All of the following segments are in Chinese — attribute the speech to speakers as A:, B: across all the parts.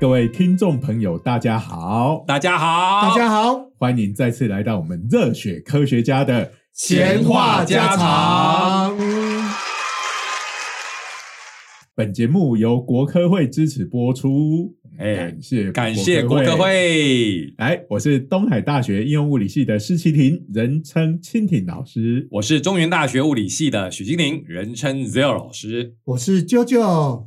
A: 各位听众朋友，大家好，
B: 大家好，
C: 大家好，
A: 欢迎再次来到我们热血科学家的
B: 闲话家常。
A: 本节目由国科会支持播出，
B: 哎
A: 感谢
B: 感谢国科。会，
A: 来，哎我是东海大学应用物理系的施启廷，人称蜻蜓老师。
B: 我是中原大学物理系的许金玲，人称 Zero 老 师，
C: 我是啾啾。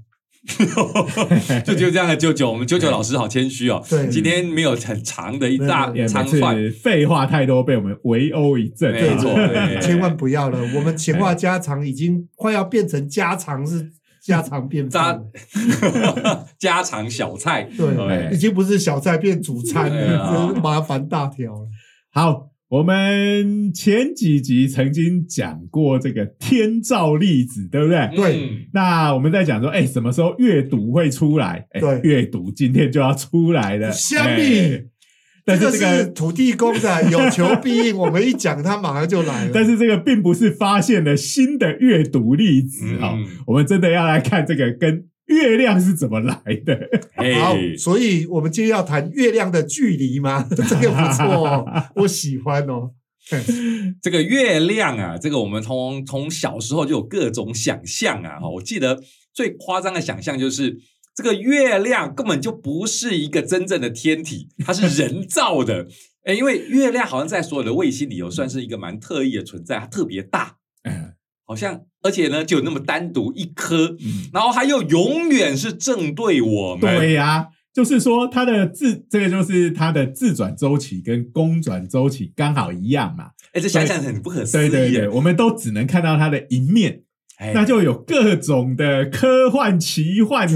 B: 就就这样的舅舅，我们舅舅老师好谦虚哦，
C: 对
B: 今天没有很长的一大
C: 没
A: 也
B: 长
A: 哎每
B: 串，
A: 次废话太多，被我们围殴一阵。
B: 没错
A: 哎
B: 对
C: 千万不要了。我们闲话家常已经快要变成家 常是家常便饭了，
B: 家常小菜，哎
C: 对，已经不是小菜变主餐
A: 哎
B: 对啊
C: 了，真是麻烦大条了。
A: 好，我们前几集曾经讲过这个天照粒子，对不对？
C: 对
B: 嗯
A: 那我们在讲说，哎、什么时候阅读会出来？哎
C: 对
A: 阅读今天就要出来了。
C: 虾米
A: 哎但
C: 这
A: 是
C: 个
A: 这
C: 是
A: 个，
C: 土地公的，有求必应。我们一讲，他马上就来 了。
A: 但是这个并不是发现了新的阅读粒子哈、
B: 嗯
A: 我们真的要来看这个跟月亮是怎么来的。
C: 好
B: 嘿，，
C: 所以我们今天要谈月亮的距离吗？ 这个不错哦，我喜欢哦。
B: 这个月亮啊，这个我们从从小时候就有各种想象啊。
A: 嗯
B: 哈，我记得最夸张的想象就是，这个月亮根本就不是一个真正的 天体，它是人造的。哎，因为月亮好像在所有的卫星里有算是一个蛮特异的存在，它特别大，
A: 嗯
B: 好像而且呢就有那么单独一颗，然后它又永远是正对我们。
A: 对呀、就是说它的自这个就是它的自转周期跟公转周期刚好一样嘛。
B: 哎，这想想很不可思
A: 对
B: 议
A: 对对，
B: 耶。
A: 我们都只能看到它的一面。
B: 哎
A: 那就有各种的科幻、奇幻、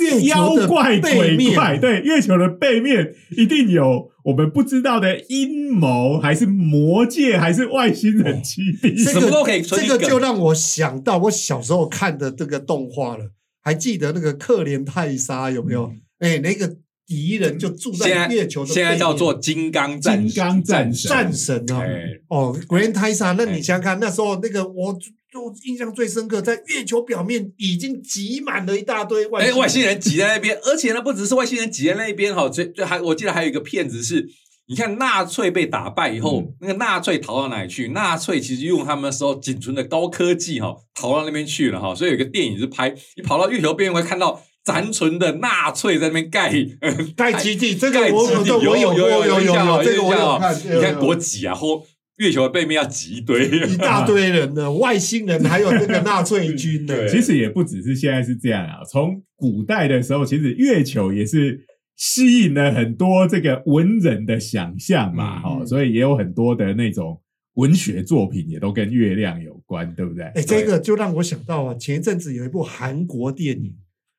C: 月
A: 妖
C: 球的
A: 怪、
C: 背
A: 鬼怪，
C: 面，
A: 对月球的背面一定有我们不知道的阴谋，还是魔界，还是外星人基 地。
C: 这
B: 什么都可以
C: 个
B: 存一
C: 这
B: 个
C: 个就让我想到我小时候看的这个动画了，还记得那个可怜泰莎有没有？哎，那个敌人就住
B: 嗯现
C: 在
B: 在
C: 月球的
B: 现在
C: 背
B: 叫
C: 面
B: 做金刚战
A: 金刚战
B: 士
A: 士
C: 战神啊！
B: 哎，
C: 哦，Grand t a i s a 那
B: 哎
C: 你想想看，那时候那个我就印象最深刻，在月球表面已经挤满了一大堆外
B: 哎，
C: 星
B: 外星人挤在那边，而且呢，不只是外星人挤在那边哈，最最还我记得还有一个片子是，你看纳粹被打败以后，
A: 嗯
B: 那个纳粹逃到哪里去？纳粹其实用他们那时候仅存的高科技哈，逃到那边去了哈，所以有一个电影是拍，你跑到月球边缘会看到残存的纳粹在那边盖，
C: 盖基地，这个
B: 盖
C: 我
B: 基地
C: 有
B: 有
C: 我有
B: 有
C: 我有
B: 印象哦
C: 有这个我
B: 印象
C: 有
B: 哦
C: 看，
B: 你看 国
C: 国
B: 挤啊，后月球的背面要挤一堆，
C: 一大堆人呢，外星人还有那个纳粹军 呢，
B: 对
A: 其实也不只是现在是这样啊，从古代的时候，其实月球也是吸引了很多这个文人的想象嘛，
B: 嗯
A: 哈、所以也有很多的那种文学作品也都跟月亮有关，对不对？
C: 哎，这个就让我想到啊，前一阵子有一部韩国电影，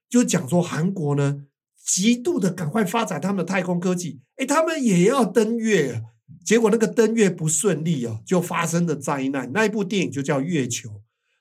C: 就讲说韩国呢极度的赶快发展他们的太空科技，哎，他们也要登月啊，结果那个登月不顺利啊，就发生了灾难。那一部电影就叫《月球》，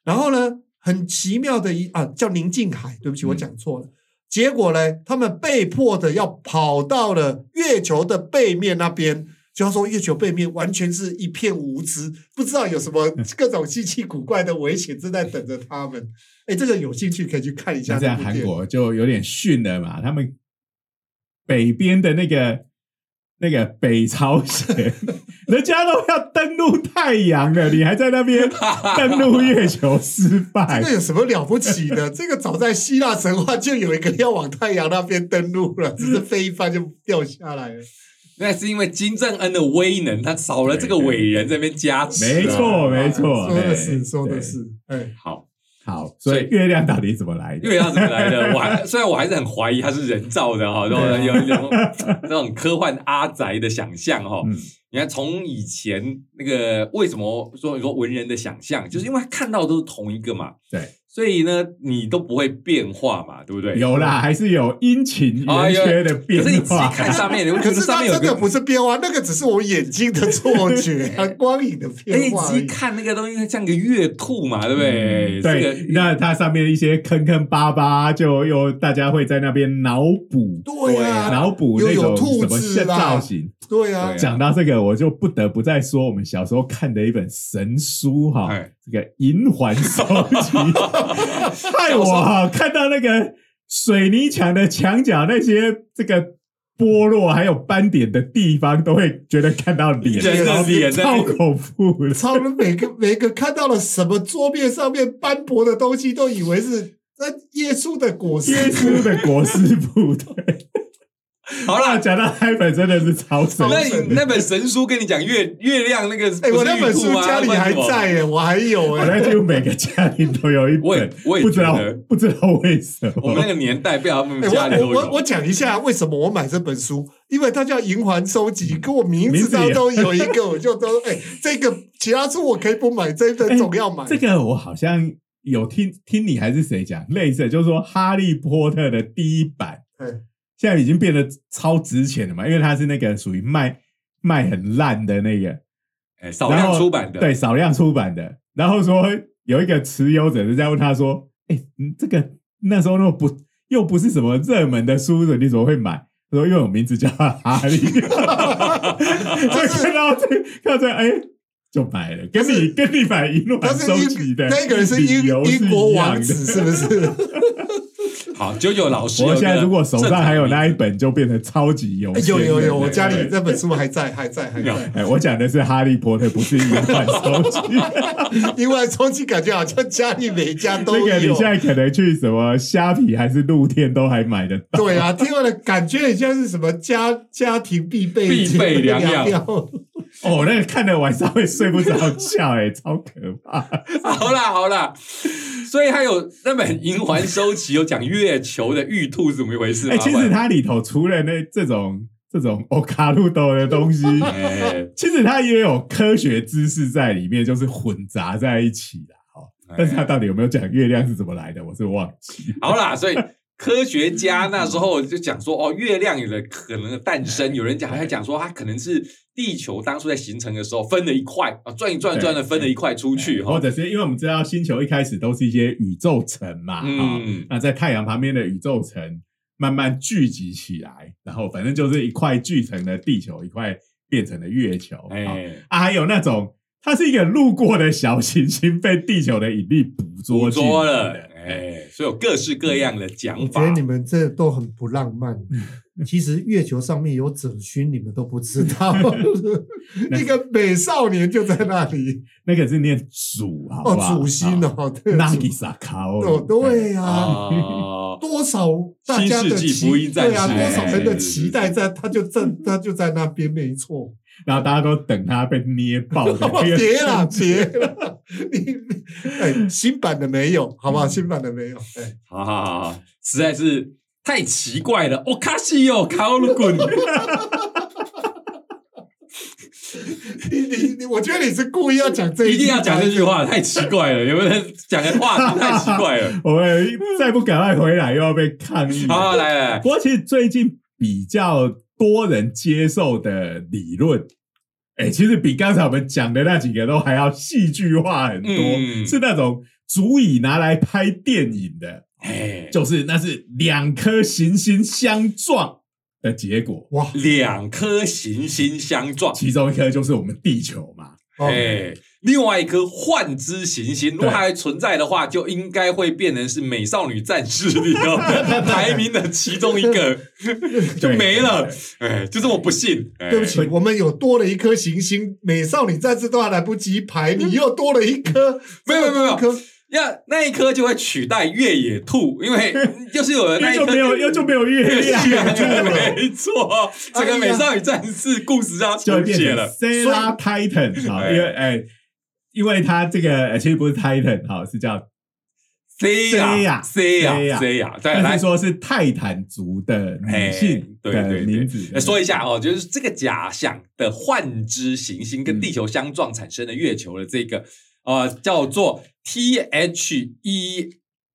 C: 然后呢，很奇妙的一啊叫宁静海，对不
A: 嗯
C: 起，我讲错了。结果呢，他们被迫的要跑到了月球的背面那边。就要说月球背面完全是一片无知，不知道有什么各种稀奇古怪的危险正在等着他们。哎，这个有兴趣可以去看一下
A: 那这
C: 那
A: 样
C: 部
A: 韩
C: 电影。
A: 国就有点逊了嘛，他们北边的那个那个北朝鲜， 人家都要登陆太阳了，你还在那 边登陆月球失败
C: 这个。有什么了不起的？这个早在希腊神话就有一个要往太阳那边登陆了，只是飞一翻就掉下来了。
B: 那是因为金正恩的威能，他少了这个
A: 对对
B: 伟人在那边加持啊，
A: 没错，没错，
C: 说的
A: 哎
C: 是，说
A: 对
C: 的是，哎，
B: 好。
A: 好，
B: 所
A: 所
B: 以
A: 以月亮到底怎么来的？
B: 月亮怎么来 的？我还虽然我还是很怀疑它是人造的哈，然后有一种那种科幻阿宅的想象哈。
A: 嗯
B: 你看，从以前那个为什么说你说文人的想象，
C: 嗯
B: 就是因为他看到都是同一个嘛，
A: 对，
B: 所以呢你都不会变化嘛，对不对？
A: 有啦，还是有阴晴圆缺的变
B: 可
C: 哦
B: 是你仔细
A: 化。
B: 看上面， 你会觉
C: 可
B: 得
C: 是
B: 上
C: 它
B: 面有
C: 真的
B: 个
C: 不是变化，那个只是我眼睛的错觉，啊 光影的
B: 而且
C: 变
B: 哎你
C: 化嗯
B: 仔
C: 而
B: 细
C: 已。
B: 看那个东西，像个月兔嘛，对不对？
A: 嗯
B: 这
A: 对
B: 个，
A: 那它上面一些坑坑巴巴，就又大家会在那边脑补，
C: 对啊
A: 脑补那
C: 又有
A: 种
C: 兔
A: 什么
C: 子啦
A: 造型。
C: 对啊
B: 对，
A: 讲到这个，我就不得不再说我们小时候看的一本神书哈
B: 哎，
A: 这个《银环手集》，害我哈看到那个水泥墙的墙角那些这个剥落还有斑点的地方，都会觉得看到脸，
B: 人的脸在
A: 超恐怖的。
C: 超人每个 每个看到了什么桌面上面斑驳的东西，都以为是那耶稣的果实。
A: 耶稣的果实部对，
B: 好
A: 啊，
B: 啦，
A: 讲到那一本真的是超神
B: 那
A: 奇，
B: 你那本神书跟你讲月月亮那个，
C: 哎、我那本
B: 啊
C: 书家里还在耶、我还有
A: 我
C: 哎、
A: 在几乎每个家庭都有一
B: 我也
A: 本，
B: 我也
A: 不知道
B: 觉得
A: 不知道为什
B: 我们那
A: 么。
B: 个年代，不晓得他
C: 哎
B: 们家里
C: 我
B: 都
C: 我我
B: 有。
C: 我讲一下为什么我买这本书，因为它叫《银环收集》，跟我名
A: 名
C: 字
A: 字也
C: 当中有一个，我就都哎、这个其他书我可以不买，这一本总要买。
A: 这个我好像有听听你还是谁讲类似的，就是说《哈利波特》的第一版
C: 嗯，
A: 现在已经变得超值钱了嘛，因为它是那个属于卖卖很烂的那个，
B: 哎，少
A: 然
B: 量
A: 后
B: 出版的，
A: 对，少量出版的。然后说有一个持有者就在问他说：“哎、嗯这个那时候那不又不是什么热门的书你怎么会买？”他说：“因为我名字叫哈利。”所以看到这看到这，哎、就买了，跟
C: 但是
A: 你跟你买一路
C: 但是
A: 收集
C: 英
A: 的
C: 那个人是英
A: 理由
C: 英国
A: 一
C: 王
A: 样
C: 子，
A: 的
C: 是不是？
B: 好，九九老师
A: 我
B: 有一个
A: 现
B: 正常名字，
A: 在如果手上还有那一本，就变成超级有
C: 哎
A: 钱
C: 有
A: 人
C: 有有，
A: 了
C: 我家里
A: 对
C: 那本书还在，还在，还
B: 有
C: 在。
A: 哎，我讲的是《哈利波特》，不是一款收集。
C: 因为充气感觉好像家里每一家都
A: 那个你
C: 有
A: 现。在可能去什么虾皮还是露天都还买得到。
C: 对啊，听完了感觉很像是什么家家庭必备
B: 必备良药
C: 良
A: 哦，那个看的晚上会睡不着 觉、哎，超可怕。
B: 好啦好啦，所以还有那本《银环收集》有讲月球的玉兔是怎么一回事
A: 哎、
B: 吗？
A: 其实它里头除了那这种这种欧卡路豆的东 西，
B: 哎，
A: 其实它也有科学知识在里面，就是混杂在一起啦。哦，但是它到底有没有讲月亮是怎么来的，我是忘记。
B: 哎好啦，所以科学家那时候就讲说，哦，月亮有了可能的诞生，有人讲还讲说，它可能是地球当初在形成的时候分了一块啊，转一转转的分了一块出去
A: 或
B: 哈。
A: 者是因为我们知道星球一开始都是一些宇宙层嘛，啊、
B: 嗯，
A: 那在太阳旁边的宇宙层慢慢聚集起来，然后反正就是一块聚成了地球，一块变成了月球。哎、
B: 哎，
A: 啊，还有那种它是一个路过的小行星被地球的引力捕捉
B: 捕
A: 进来
B: 捉了
A: 的，
B: 哎，所以有各式各样的讲
C: 嗯我觉
B: 法。
C: 得你们这都很不浪 漫。其实月球上面有褶勋，你们都不知 道。一个美少年就在那里，
A: 那个是念主，好不
C: 哦，
A: 好？
C: 主心
A: 啊，
C: 哦，对，
A: 那
C: 主
A: 吉萨卡
C: 哦，
A: 哦，
C: 对呀、
B: 哦，
C: 多少大家的
B: 新世纪
C: 期
B: 福音战士
C: 对啊，多少人的
B: 哎
C: 期待在，他就在他就在那边，没 错。
A: 然后大家都等它被捏爆的 那个
C: 哦别啦，
A: 瞬
C: 别
A: 间
C: 啦， 你哎，新版的没
B: 嗯
C: 有，好不好？新版的没有，哎，
B: 好好好好，实在是太奇怪了。哦，卡西哟，卡奥鲁 滚，
C: 你你你，我觉得你是故意要讲这
B: 一定
C: 句
B: 要讲这句话，太奇怪了。有没有人讲的话太奇怪 了？
A: 我们再不赶快回来，又要被抗议。
B: 好，来来来，
A: 不过其实最近比较多人接受的理
B: 嗯
A: 论，哎、其实比刚才我们讲的那几个都还要戏剧化很多，
B: 嗯
A: 是那种足以拿来拍电影的，
B: 哎，
A: 就是那是两颗行星相撞的结果，
C: 哇，
B: 两颗行星相撞，
A: 其中一颗就是我们地球嘛。
C: 哦
B: 哎，另外一颗幻之行星，如果
A: 对
B: 它还存在的话，就应该会变成是美少女战士里头 排名的其中一个， 就没了
A: 对。
B: 哎，就这么不幸，哎
C: 对不起，我们有多了一颗行星，美少女战士都还来不及排，你又多了一颗，
B: 没有没有没有
C: 多了一颗，
B: 要那一颗就会取代越野兔，因为就是有了
A: 因
B: 那
A: 为
B: 一
A: 就
B: 颗
A: 没有，又就没啊有月亮，
B: 没
A: 哎
B: 错，整个美少女战士故事要
A: 就会
B: 重
A: 变
B: 写
A: 成
B: 了。
A: Sarah Titan 啊，
B: 哎
A: 因为哎、因为它这个、呃其实不是 Titan 哈，是叫
B: C 呀 C 呀 C 呀，再
A: 但
B: 来
A: 是说是泰坦族的女性
B: 哎对
A: 的
B: 对
A: 名
B: 对
A: 字。
B: 呃说一下哦，就是这个假想的幻之行星跟地球相撞产生的月球的这个呃叫做 T H E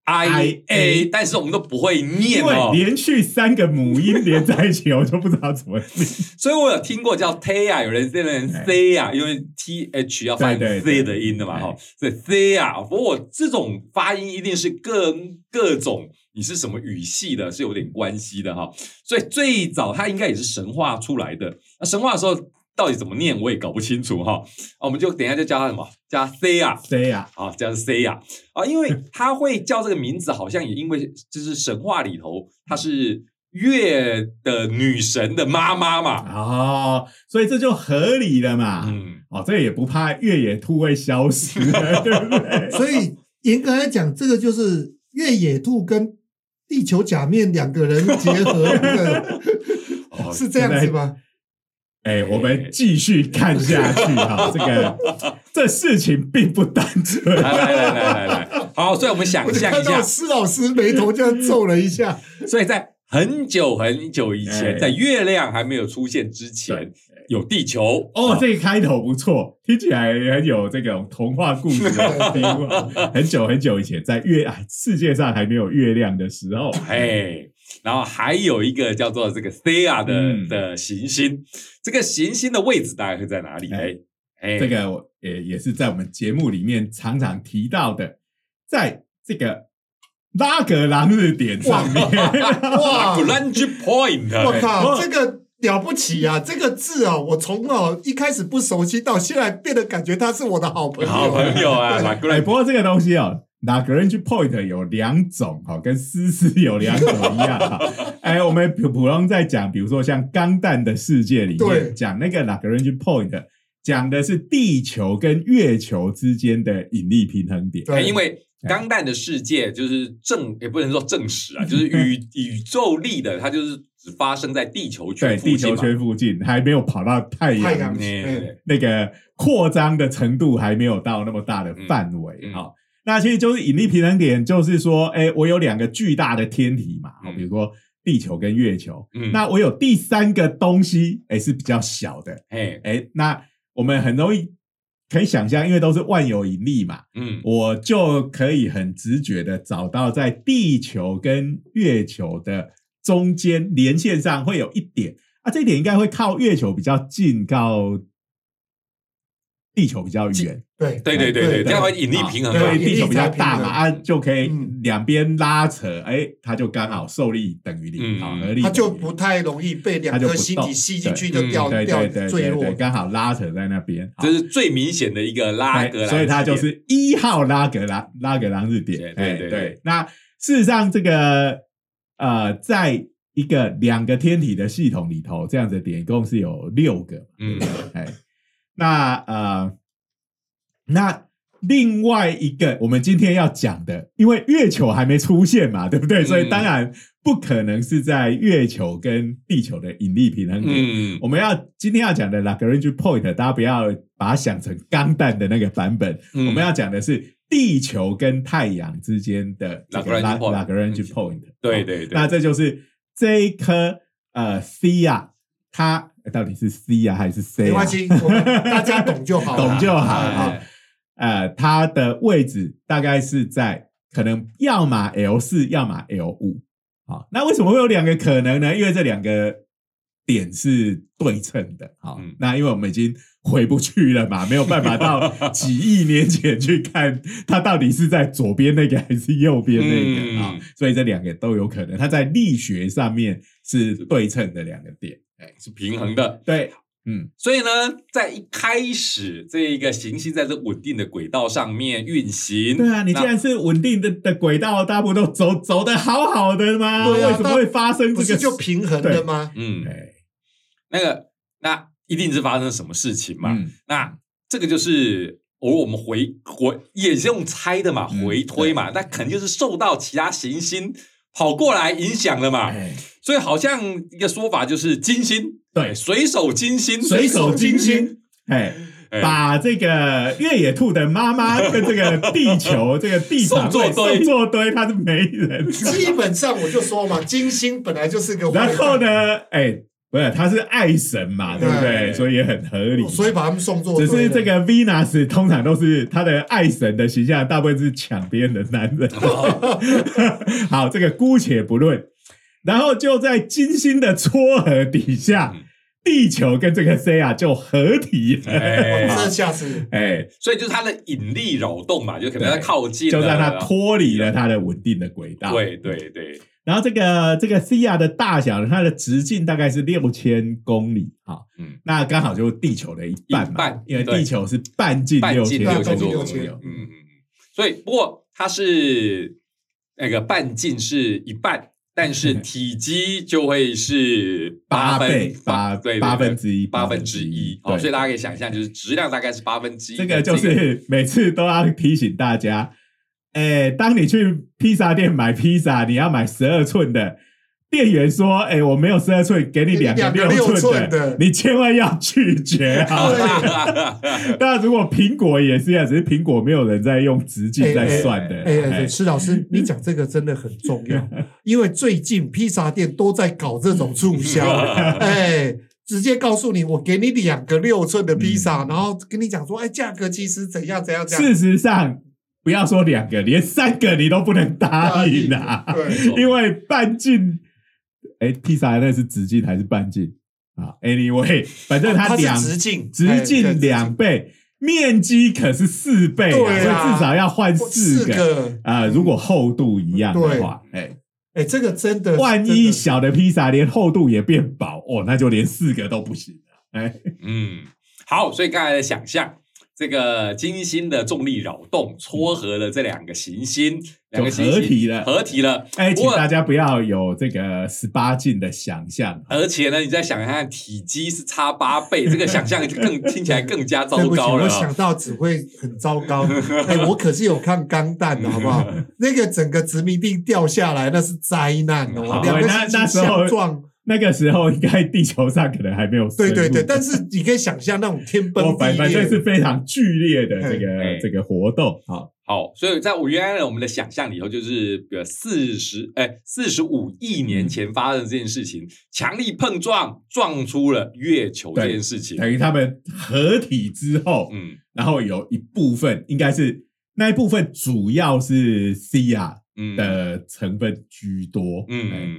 B: I A，
A: IA
B: 但是我们都不会念
A: 因为
B: 哦，
A: 连续三个母音连在一起，我就不知道怎么念。
B: 所以我有听过叫 T 啊，有人这人
A: 哎
B: C 啊，因为 T H 要发
A: 对对
B: C
A: 对
B: 的音的嘛
A: 哎
B: 哈，所以 C 啊，不过我这种发音一定是各各种你是什么语系的，是有点关系的哈。所以最早它应该也是神话出来的。那神话的时候，到底怎么念我也搞不清楚哈、啊，我们就等一下就叫他什么，叫他 C 啊，
A: 谁呀？
B: 啊，叫他 C 啊，啊，因为他会叫这个名字，好像也因为就是神话里头她是月的女神的妈妈嘛，
A: 哦，所以这就合理了嘛。
B: 嗯，
A: 哦，这也不怕越野兔会消失， 对不对？
C: 所以严格来讲，这个就是越野兔跟地球假面两个人结 合的，
B: 哦
C: 是这样子吗？
A: 哎，我们继续看下去哈，这 个这事情并不单纯。
B: 来来来来来来，好，所以我们想
C: 我就
B: 象一
C: 看
B: 下
C: 到，施老师眉头这样皱了 一下，
B: 所以在很久很久以
A: 哎
B: 前，在月亮还没有出现之前，有地球
A: 哦，这个开头不错，听起来很有这种童话故事的 feel 啊。很久很久以前，在月啊世界上还没有月亮的时候，
B: 哎，然后还有一个叫做这个 Thea 的、
A: 嗯
B: 的行星，这个行星的位置大概会在哪里？哎
A: 哎
B: 哎，
A: 这个我也也是在我们节目里面常常提到的，在这个拉格朗日点上面，
C: 哇
B: g r a n g e Point，
C: 我靠，
A: 哎
C: 这个了不起啊！这个字啊，我从哦一开始不熟悉，到现在变得感觉他是我的好朋友。
B: 好朋友啊 l a g r a
A: 哎，
B: n
A: 不过这个东西哦。拉格 g e point 有两种哈，跟思思有两种一样 哈。哎，我们普普通在讲，比如说像《钢弹的世界》里
C: 对
A: 面讲那个拉格 g e point，讲的是地球跟月球之间的引力平衡点。
C: 对，
B: 因为
A: 哎
B: 钢弹的世界就是证，也不能说证实 啊，就是宇宇宙力的，它就是只发生在地球
A: 对，
B: 圈附
A: 地
B: 近
A: 球
B: 嘛。
A: 圈附近还没有跑到太阳
C: 太阳
B: 哎
C: 嗯
A: 那个扩张的程度还没有到那么大的范围
B: 嗯嗯
A: 哈、那其实就是引力平衡点，就是说，哎，我有两个巨大的天体嘛，
B: 嗯
A: 比如说地球跟月球，
B: 嗯
A: 那我有第三个东西，哎，是比较小的，
B: 哎，
A: 哎，那我们很容易可以想象，因为都是万有引力嘛，
B: 嗯，
A: 我就可以很直觉的找到在地球跟月球的中间连线上会有一点啊，这一点应该会靠月球比较近，靠地球比较远，
C: 对
A: 哎
B: 对对对
C: 对
B: 对，
C: 对
B: 这样会引力平衡啊
A: 因
B: 嘛
A: 为
C: 对。
A: 地球比较大嘛，啊，
B: 引力才平衡
A: 就可以
C: 嗯
A: 两边拉扯，哎，它就刚好受力等于零
B: 嗯
A: 啊，合力
C: 他就
A: 等于零
C: 不太容易被两颗星体吸进去，就掉
A: 对
C: 掉
A: 对对
C: 坠
A: 对
C: 落
A: 对，。刚好拉扯在那边，好
B: 这是最明显的一个拉
A: 哎
B: 格兰，
A: 所以它就是一号拉格拉拉格朗日
B: 对
A: 点。
B: 对
A: 哎
B: 对对
A: 对。那事实上，这个呃，在一个两个天体的系统里头，这样子的点一共是有六个。
B: 嗯，
A: 哎，那呃，那另外一个我们今天要讲的，因为月球还没出现嘛，对不对？
B: 嗯
A: 所以当然不可能是在月球跟地球的引力平衡点。
B: 嗯，
A: 我们要今天要讲的 Lagrange point，大家不要把它想成钢弹的那个版本。
B: 嗯
A: 我们要讲的是地球跟太阳之间的这个
B: Lagrange
A: La-
B: point 嗯
A: Lagrange point。哦
B: 对
A: 好，
B: 对对，
A: 那这就是这一颗呃 C 啊，它呃到底是 C 啊还是 C 啊？
C: 没关系，我们大家懂就好了。
A: 懂就好
B: 哎
A: 好呃，它的位置大概是在可能要么 L 四，要么 L 五。好，那为什么会有两个可能呢？因为这两个点是对称的。好，
B: 嗯
A: 那因为我们已经回不去了嘛，没有办法到几亿年前去看它到底是在左边那个还是右边那
B: 嗯
A: 个啊、所以这两个都有可能，它在力学上面是对称的两个点。哎，
B: 是平衡的。
A: 对，嗯，
B: 所以呢，在一开始，这一个行星在这稳定的轨道上面运行。
A: 对啊，你既
B: 那
A: 然是稳定的的轨道，大部分都走走的好好的吗？
C: 对啊
A: 为什么会发生
C: 不
A: 这
C: 是
A: 个？
C: 就平衡的吗？
B: 嗯，
A: 哎，
B: 那个那一定是发生什么事情嘛？
A: 嗯，
B: 那这个就是偶尔我们回回也是用猜的嘛，
A: 嗯
B: 回推嘛，那肯定就是受到其他行星跑过来影响了嘛。
A: 哎，
B: 所以好像一个说法就是金星，
A: 对
B: 水手金星，
A: 水手金
B: 水
A: 星，哎，
B: 哎
A: 把这个越野兔的妈妈跟这个地球这个地
B: 送
A: 场
B: 作堆
A: 送作堆，它是没人。
C: 基本上我就说嘛，金星本来就是个，
A: 然后？呢，哎，不是，他是爱神嘛，对不
B: 对
A: 对？所以也很合理。
C: 所以把他们送作
A: 只
C: 对
A: 是
C: 了
A: 这个 Venus 通常都是他的爱神的形象，大部分是抢别人的男 人。好，这个姑且不论。然后就在金星的撮合底下，
B: 嗯
A: 地球跟这个 C 啊就合体了。
B: 哎
C: 这下次
A: 哎，
B: 所以就是它的引力扰动嘛，就可能它
A: 对
B: 靠近了，啊
A: 就让它脱离了它的稳定的轨道。
B: 对对对，
A: 然后这个这个 Cia 的大小呢，它的直径大概是六千公里啊，
B: 嗯
A: 那刚好就是地球的一半
B: 一
A: 嘛，
B: 半
A: 因为
B: 对
A: 地球是半径
B: 半
A: 六
B: 径
A: 千
B: 六千
C: 半
B: 多
C: 径
B: 公
A: 公
B: 里，
A: 里哦
B: 嗯，嗯嗯。所以不过它是那个半径是一半，但是 体积就会是
A: 八
B: 分
A: 倍八
B: 对对
A: 八
B: 对
A: 分之一
B: 八分之一。哦，
A: 对
B: 所以大家可以想象，就是质量大概是八分之一的
A: 这
B: 这个。
A: 个就是每次都要提醒大家， 哎，当你去披萨店买披萨，你要买十二寸的。店员说：“哎、我没有十二寸，给你
C: 给你
A: 两个
C: 两个
A: 六
C: 六
A: 寸
C: 寸
A: 的，
C: 的
A: 你千万要拒绝 啊！ 那如果苹果也是一样，只是苹果没有人在用直径在算的。
C: 哎哎，
A: 哎
C: 对，施老师，你讲这个真的很重要，因为最近披萨店都在搞这种促销， 哎。直接告诉你，我给你两个六寸的披
A: 嗯
C: 萨，然后跟你讲说，哎，价格其实怎样怎样怎样。
A: 事实上，不要说两个，连三个你都不能答应啊，
C: 对，
A: 因为半径，哎，披萨那是直径还是半径啊？Anyway，反正它
C: 它
A: 两
C: 是直径，
A: 直
C: 哎
A: 径两，倍，面积可是四倍啊，
C: 对啊
A: 所以至少要换
C: 对四
A: 四个。
C: 个。
A: 啊、如果厚度一样的话，哎，
C: 哎，这个真的，
A: 万
C: 真
A: 一
C: 的
A: 小的披萨连厚度也变薄，哦，那就连四个都不行了。哎，
B: 嗯，好，所以刚才的想象，这个金星的重力扰动撮合了这两个行星，两个行
A: 嗯
B: 星
A: 合体了
B: 合体了。
A: 哎，
B: 不
A: 请
B: 过
A: 大家不要有这个十八禁的想象。
B: 而且呢，你再想想看，体积是差八 倍，这个想象就更听起来更加糟
C: 对不起，
B: 糕了
C: 我
B: 啊。
C: 想到只会很糟糕。哎、我可是有看钢弹的，好不 好？那个整个殖民地掉下来，那是灾难
B: 好
C: 哦，两个
A: 那
C: 星
A: 那
C: 星
A: 时候
C: 相撞。
A: 那个时候应该地球上可能还没有生物
C: 对对对，但是你可以想象那种天崩
A: 我
C: 地
A: 哦反反正
C: 裂，
A: 是非常剧烈的这
B: 哎
A: 个这个活动。好，
B: 好，所以在我原来的我们的想象里头，就是呃四十哎四十五亿年前发生的这件事情，强力碰撞撞出了月球这件事情。
A: 等于他们合体之后，
B: 嗯
A: 然后有一部分应该是那一部分主要是 CIA
B: 嗯
A: 的成分居多，哎，
B: 嗯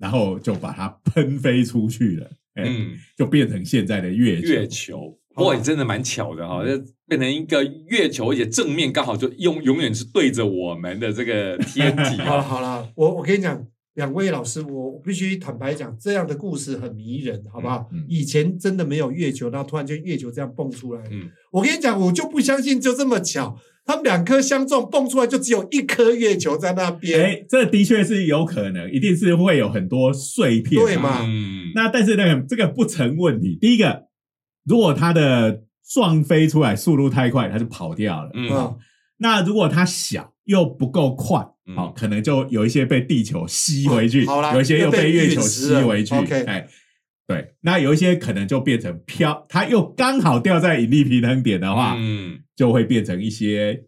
A: 然后就把它喷飞出去了，哎，
B: 嗯。
A: 就变成现在的月球。
B: 月球。不过你真的蛮巧的哈、这
C: 嗯
B: 变成一个月球，而且正面刚好就永永远是对着我们的这个天体
C: 好了
B: 啊。
C: 好了，我我跟你讲，两位老师，我必须坦白讲，这样的故事很迷人，好不好？
A: 嗯嗯
C: 以前真的没有月球，然后突然间月球这样蹦出来。
B: 嗯
C: 我跟你讲，我就不相信就这么巧，他们两颗相撞蹦出来，就只有一颗月球在那边。
A: 哎，这的确是有可能，一定是会有很多碎片、
C: 对嘛
B: 嗯，
A: 那但是那个这个不成问题。第一个，如果它的撞飞出来速度太快，它就跑掉了。
B: 嗯
C: 啊，
A: 那如果它小又不够快，好、
B: 嗯
A: 可能就有一些被地球吸回去，
C: 好啦
A: 有一些又被
C: 又被
A: 月
C: 陨
A: 球
C: 石
A: 吸
C: 了
A: 回去。
C: OK
A: 哎，对，那有一些可能就变成飘，它又刚好掉在引力平衡点的话，
B: 嗯，
A: 就会变成一些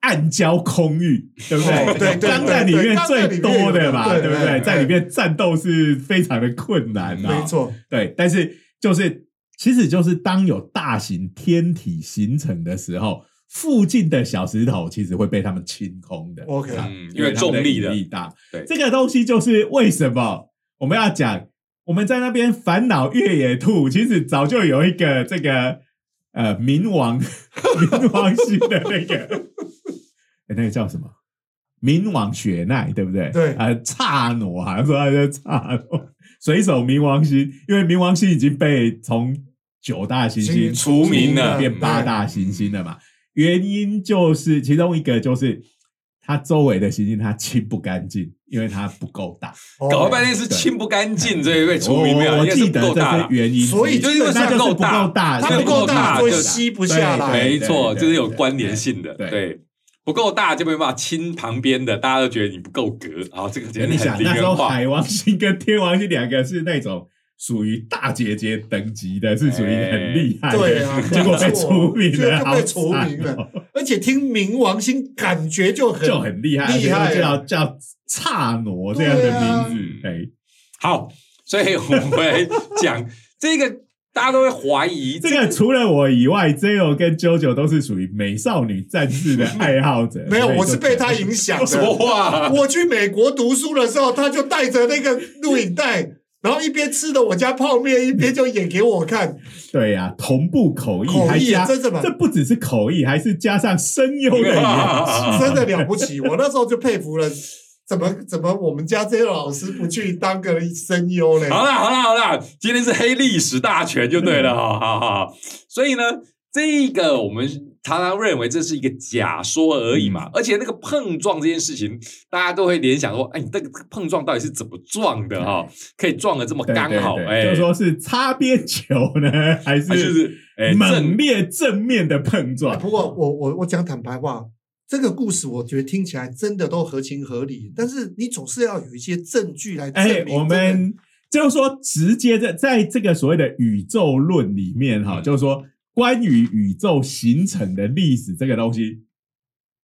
A: 暗礁空 域，对不
C: 哦
A: 对？
C: 对对对
A: 钢弹里面最多的嘛，
C: 对
A: 对
C: 对
A: 不对？
C: 对
A: 在里面战斗是非常的困难啊，
C: 没，错，
A: 对。但是就是，其实就是当有大型天体形成的时候，附近的小石头其实会被他们清空的。
C: OK
A: 啊
B: 嗯因为重
A: 它们
B: 力的
A: 引力大，
B: 对
A: 这个东西就是为什么我们要讲，我们在那边烦恼越野兔，其实早就有一个这个呃冥王 冥王星的那个，哎诶那个叫什么？冥王雪奈对不对？
C: 对
A: 啊、刹那好像说他叫刹那，水手冥王星，因为冥王星已经被从九大行星
C: 星除
B: 名了
A: 变八大行星了嘛。原因就是其中一个就是它周围的行星它清不干净，因为它不够大。
B: 搞了
C: 哦
B: 半天是清不干净这一位
A: 我
B: 除名没
A: 我
B: 有，
A: 我
B: 应该是
A: 记
B: 不
A: 得
B: 够
A: 这
B: 大
A: 是
B: 了。
A: 原因，
C: 所以
B: 就是因为
A: 那
B: 它
A: 就是
B: 够
A: 不
B: 大
A: 够大，
C: 它不够大，
B: 它
C: 会
B: 就
C: 吸不下
A: 对
C: 来。
B: 没错，
A: 对对
B: 就是有关联性的，
A: 对
B: 对。不够大就没办法亲旁边的，大家都觉得你不够格啊！这个简
A: 你
B: 直
A: 想
B: 很
A: 哎那
B: 边
A: 时候
B: 缘化。
A: 海王星跟天王星两个是那种属于大姐姐等级的，是属于很厉害的，
C: 对啊
A: 结果被除名
C: 居
A: 了，
C: 然就
A: 好
C: 被除名
A: 惨哦
C: 了，而且听冥王星感觉就很
A: 就很厉害，
C: 厉害啊
A: 而且又叫叫刹那这样的名字，
C: 啊
A: 哎，
B: 好，所以我们讲这个，大家都会怀疑
A: 这个除了我以外，Zero 跟 JoJo 都是属于美少女战士的爱好者。
C: 没有，我是被
A: 他
C: 他影响
B: 什么
C: 的。
B: 话，
C: 我去美国读书的时候，他就带着那个录影带，然后一边吃着我家泡面，一边就演给我看。
A: 对呀、同步口译，
C: 口译啊
A: 还加
C: 真 的吗
A: 这不只是口译，还是加上声优的演技，
C: 真的了不起！我那时候就佩服了怎么怎么我们家这些老师不去当个声优 嘞？
B: 好
A: 啊
B: 啦好啦好啦，今天是黑历史大全就对了，
A: 嗯
B: 好好好。所以呢，这个我们常常认为这是一个假说而已
A: 嗯
B: 嘛，而且那个碰撞这件事情，大家都会联想说，哎，你这个碰撞到底是怎么撞的哈、可以撞的这么
A: 对
B: 刚好，
A: 对对
B: 哎，
A: 就说是擦边球呢，还
B: 它就是是哎
A: 猛
B: 正
A: 烈正面的碰撞？
C: 不过我我我讲坦白话，这个故事我觉得听起来真的都合情合理，但是你总是要有一些证据来证
A: 哎、
C: 明。
A: 我们就是说，直接在在这个所谓的宇宙论里面哈，
B: 嗯
A: 就是说关于宇宙形成的历史这个东西，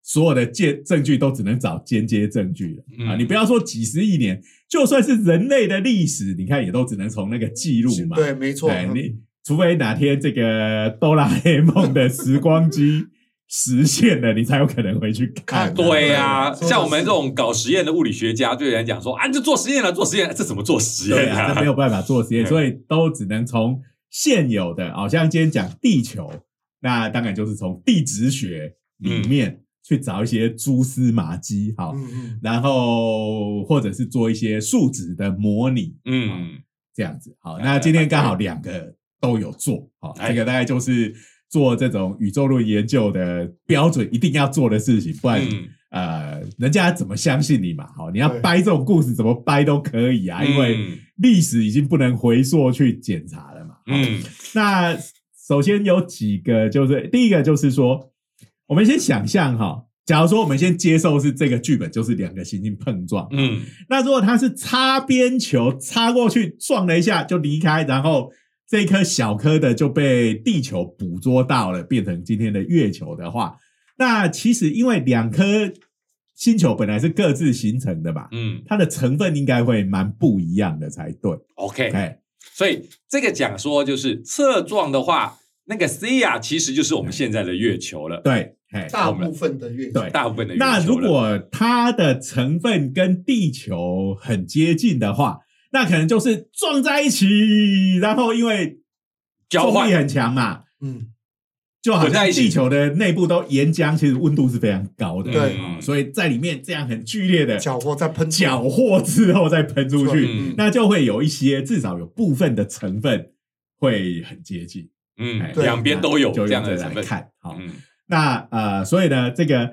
A: 所有的见证据都只能找间接证据了、啊！
B: 嗯
A: 你不要说几十亿年，就算是人类的历史，你看也都只能从那个记录
C: 真
A: 嘛。
C: 的对，没错，嗯
A: 哎你
B: 嗯
A: 除非哪天这个哆啦 A 梦的时光机 实现了，你才有可能回去看啊。
C: 看
B: 对呀、
C: 对说的
B: 像我们
C: 是
B: 这种搞实验的物理学家，就有人讲说啊，你就做实验了，做实验了，这怎么做实
A: 对
B: 验
A: 啊，这没有办法做实验，
B: 对
A: 所以都只能从现有的，好、像今天讲地球，那当然就是从地质学
B: 嗯
A: 里面去找一些蛛丝马迹，好、
C: 嗯嗯，
A: 然后或者是做一些数值的模拟，
B: 嗯。
A: 这样子。好，
B: 哎
A: 那今天刚好两个都有做，好，
B: 哎
A: 这个大概就是做这种宇宙论研究的标准一定要做的事情，不然、
B: 嗯
A: 呃，人家怎么相信你嘛？好，你要
C: 对
A: 掰这种故事怎么掰都可以啊，因为。
B: 嗯
A: 历史已经不能回溯去检查了嘛。嗯，
B: 嗯
A: 那首先有几个，就是第一个就是说，我们先想象哈，假如说我们先接受是这个剧本就是两个行星碰撞，
B: 嗯
A: 那如果它是擦边球擦过去撞了一下就离开，然后这颗小颗的就被地球捕捉到了，变成今天的月球的话，那其实因为两颗星球本来是各自形成的嘛，
B: 嗯
A: 它的成分应该会蛮不一样的才对。
B: ，OK，
A: 哎，
B: 所以这个讲说就是侧撞的话，那个 C 啊，其实就是我们现在的月球了，
A: 对，哎，
C: 大部分的乐器
A: 对
B: 大部分的月球了。
A: 那如果它的成分跟地球很接近的话，那可能就是撞在一起，然后因为
B: 交
A: 重
B: 换
A: 力很强嘛，
C: 嗯，
A: 就好
B: 混在
A: 像
B: 一起
A: 地球的内部都岩浆，其实温度是非常高的，
C: 对
A: 啊所以在里面这样很剧烈的
C: 搅和再喷出
A: 搅和之后再喷出去，
B: 嗯
A: 那就会有一些至少有部分的成分会很接近，哎
B: 嗯，
C: 对
B: 两边都有
A: 那就
B: 这样
A: 用
B: 的
A: 这
B: 成
A: 来
B: 分，
A: 看，好。
B: 嗯
A: 那呃，所以呢，这个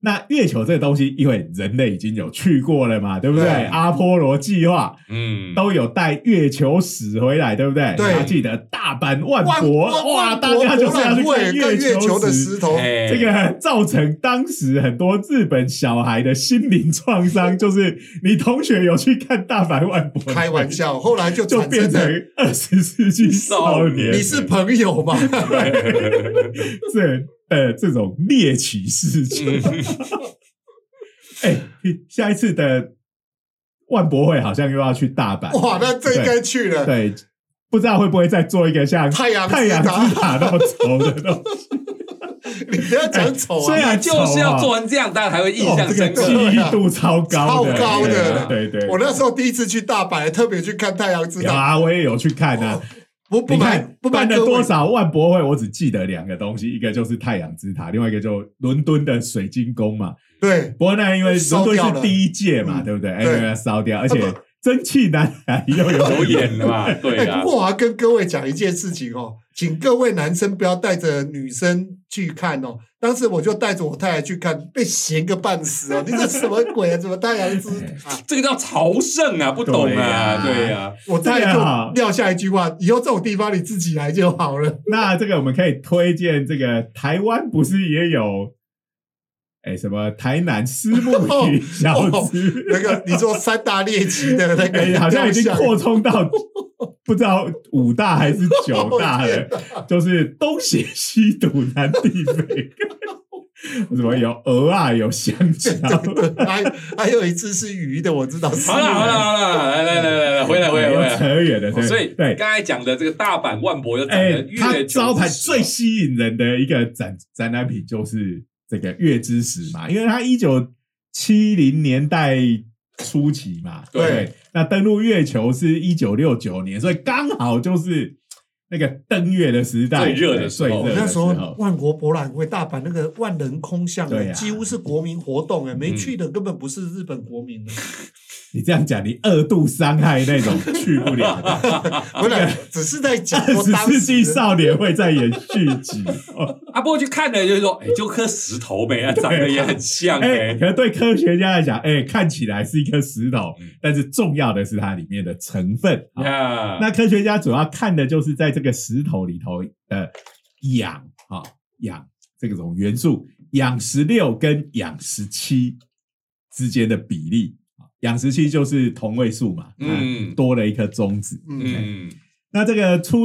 A: 那月球这个东西，因为人类已经有去过了嘛，对不对？
C: 对
A: 阿波罗计划
B: 嗯，
A: 都有带月球史回来，对不对？
C: 对
A: 还记得大阪万
C: 万
A: 国
C: 万
A: 哇，
C: 万
A: 大
C: 国
A: 家就是
C: 博
A: 要
C: 览
A: 去
C: 会
A: 看
C: 跟月球的
A: 史。
C: 石头，
B: 哎
A: 这个造成当时很多日本小孩的心灵创伤，就是你同学有去看大阪万博，
C: 开玩，笑，后来就
A: 就
C: 产
A: 变
C: 生
A: 成
C: 了
A: 二十世纪少年。
C: 你是朋友吗？
A: 这呃这种猎奇事情。
C: 嗯
A: 哎、下一次的万博会好像又要去大阪，
C: 哇，那这应该去了。
A: 对，对不知道会不会再做一个像
C: 太阳之塔
A: 太阳之塔那么丑的东西。
C: 你不要讲丑
A: 哎虽
C: 啊！
A: 然
B: 就是要做成这样，大家才会印
A: 哦
B: 象
A: 这个
B: 深刻。
A: 记忆度超高的，
C: 超高
B: 的
A: 对对对。
C: 我那时候第一次去大阪，特别去看太阳之
A: 有
C: 塔。
A: 啊，我也有去看啊。
C: 不哦不
A: 你
C: 瞒
A: 看
C: 不瞒
A: 办了
C: 各位
A: 多少万博会，我只记得两个东西，一个就是太阳之塔，另外一个就伦敦的水晶宫嘛。
C: 对，
A: 不过那因为
C: 烧
A: 伦敦
C: 掉了
A: 是第一届嘛，
C: 嗯
A: 对不对？哎，
C: 对
A: 要烧 掉，而且
C: 啊不
A: 蒸汽男孩又有
B: 有 演的嘛， 对
C: 哎，
B: 啊
C: 不，过我要跟各位讲一件事情哦，请各位男生不要带着女生去看哦。当时我就带着我太太去看，被嫌个半死哦！你这什么鬼啊？怎么太阳之塔？
B: 这个叫朝圣啊，不懂啊，
A: 对
B: 对
A: 啊
B: 呀，
C: 我太
A: 对
C: 太
A: 啊
C: 就撂下一句话：以后这种地方你自己来就好了。
A: 那这个我们可以推荐这个台湾不是也有，哎，什么台南私募鱼小吃，
C: 哦那个你说三大猎奇的那
A: 哎，
C: 个，
A: 好像已 经扩充到不知道五大还是九大 了，就是东邪西毒南帝北。什么有鹅啊，有香 蕉，
C: 还还有一只是鱼的，我知道。
B: 好了好了好了，来来来来来，回来回来回
A: 有
B: 来。
A: 扯远了，对
B: 所以
A: 对，
B: 刚才讲的这个大阪万博又讲
A: 哎
B: 的，月球
A: 它
B: 之石
A: 招牌最
B: 哦
A: 吸引人的一个展展览品就是这个月之石嘛，因为它一九七零年代初期嘛，
B: 对
A: 不那登陆月球是一九六九年，所以刚好就是那个登月的时代，
B: 最热的时
A: 最
B: 候
A: 热
C: 我
A: 的
C: 那
A: 时
C: 时候万国博览会，大阪那个万人空巷，哎
A: 对啊
C: 几乎是国民活动，哎，没
B: 嗯
C: 去的根本不是日本国 民的。
A: 你这样讲，你二度伤害那种去不了的。
C: 不是，只是在讲
A: 二
C: 说
A: 十
C: 当
A: 世纪
C: 时
A: 少年会在演续集，哦
B: 啊，不过去看了就是说，哎，就颗石头呗，啊长得也很像
A: 哎、
B: 哎
A: 可，能 对科学家来讲，哎、看起来是一颗石头
B: 嗯，
A: 但是重要的是它里面的成分。
C: 哎
A: 好
B: 那
A: 那科学家主要看的就是在这个石头里头的氧啊、氧这种元素，氧十六跟氧十七之间的比例。啊氧十七就是同位素嘛，
B: 嗯
A: 嗯，
C: 啊
A: 多了一颗中子，
C: 嗯，
B: 嗯
A: 那这个出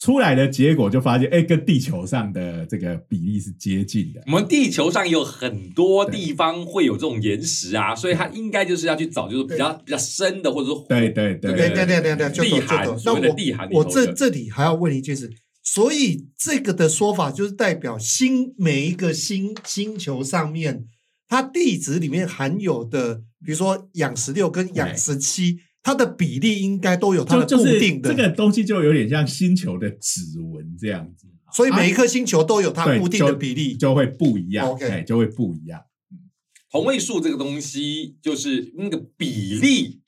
A: 出来的结果就发现，哎、跟地球上的这个比例是接近的。
B: 我们地球上有很多地方会有这种岩石啊，所以它应该就是要去找，就是比较比较深的，或者说
A: 对对对
C: 对
B: 对
C: 对对对对，就
B: 地
C: 懂
B: 寒
C: 就懂。
B: 所谓的地
C: 那
B: 寒里
C: 我
B: 头
C: 我这
B: 的
C: 这里还要问一件事，所以这个的说法就是代表星每一个星星球上面，它地质里面含有的，比如说氧十六跟氧十七，它的比例应该都有它
A: 就
C: 的
A: 就
C: 固
A: 是
C: 定
A: 这
C: 的。
A: 个东西就有点像星球的指纹这样子，
C: 所以
A: 啊
C: 每一颗星球都有它
A: 对
C: 固定的
A: 就
C: 比例，
A: 就会不一样，
C: OK
A: 哎、就会不一样。
B: 同位素这个东西，就是那个比例，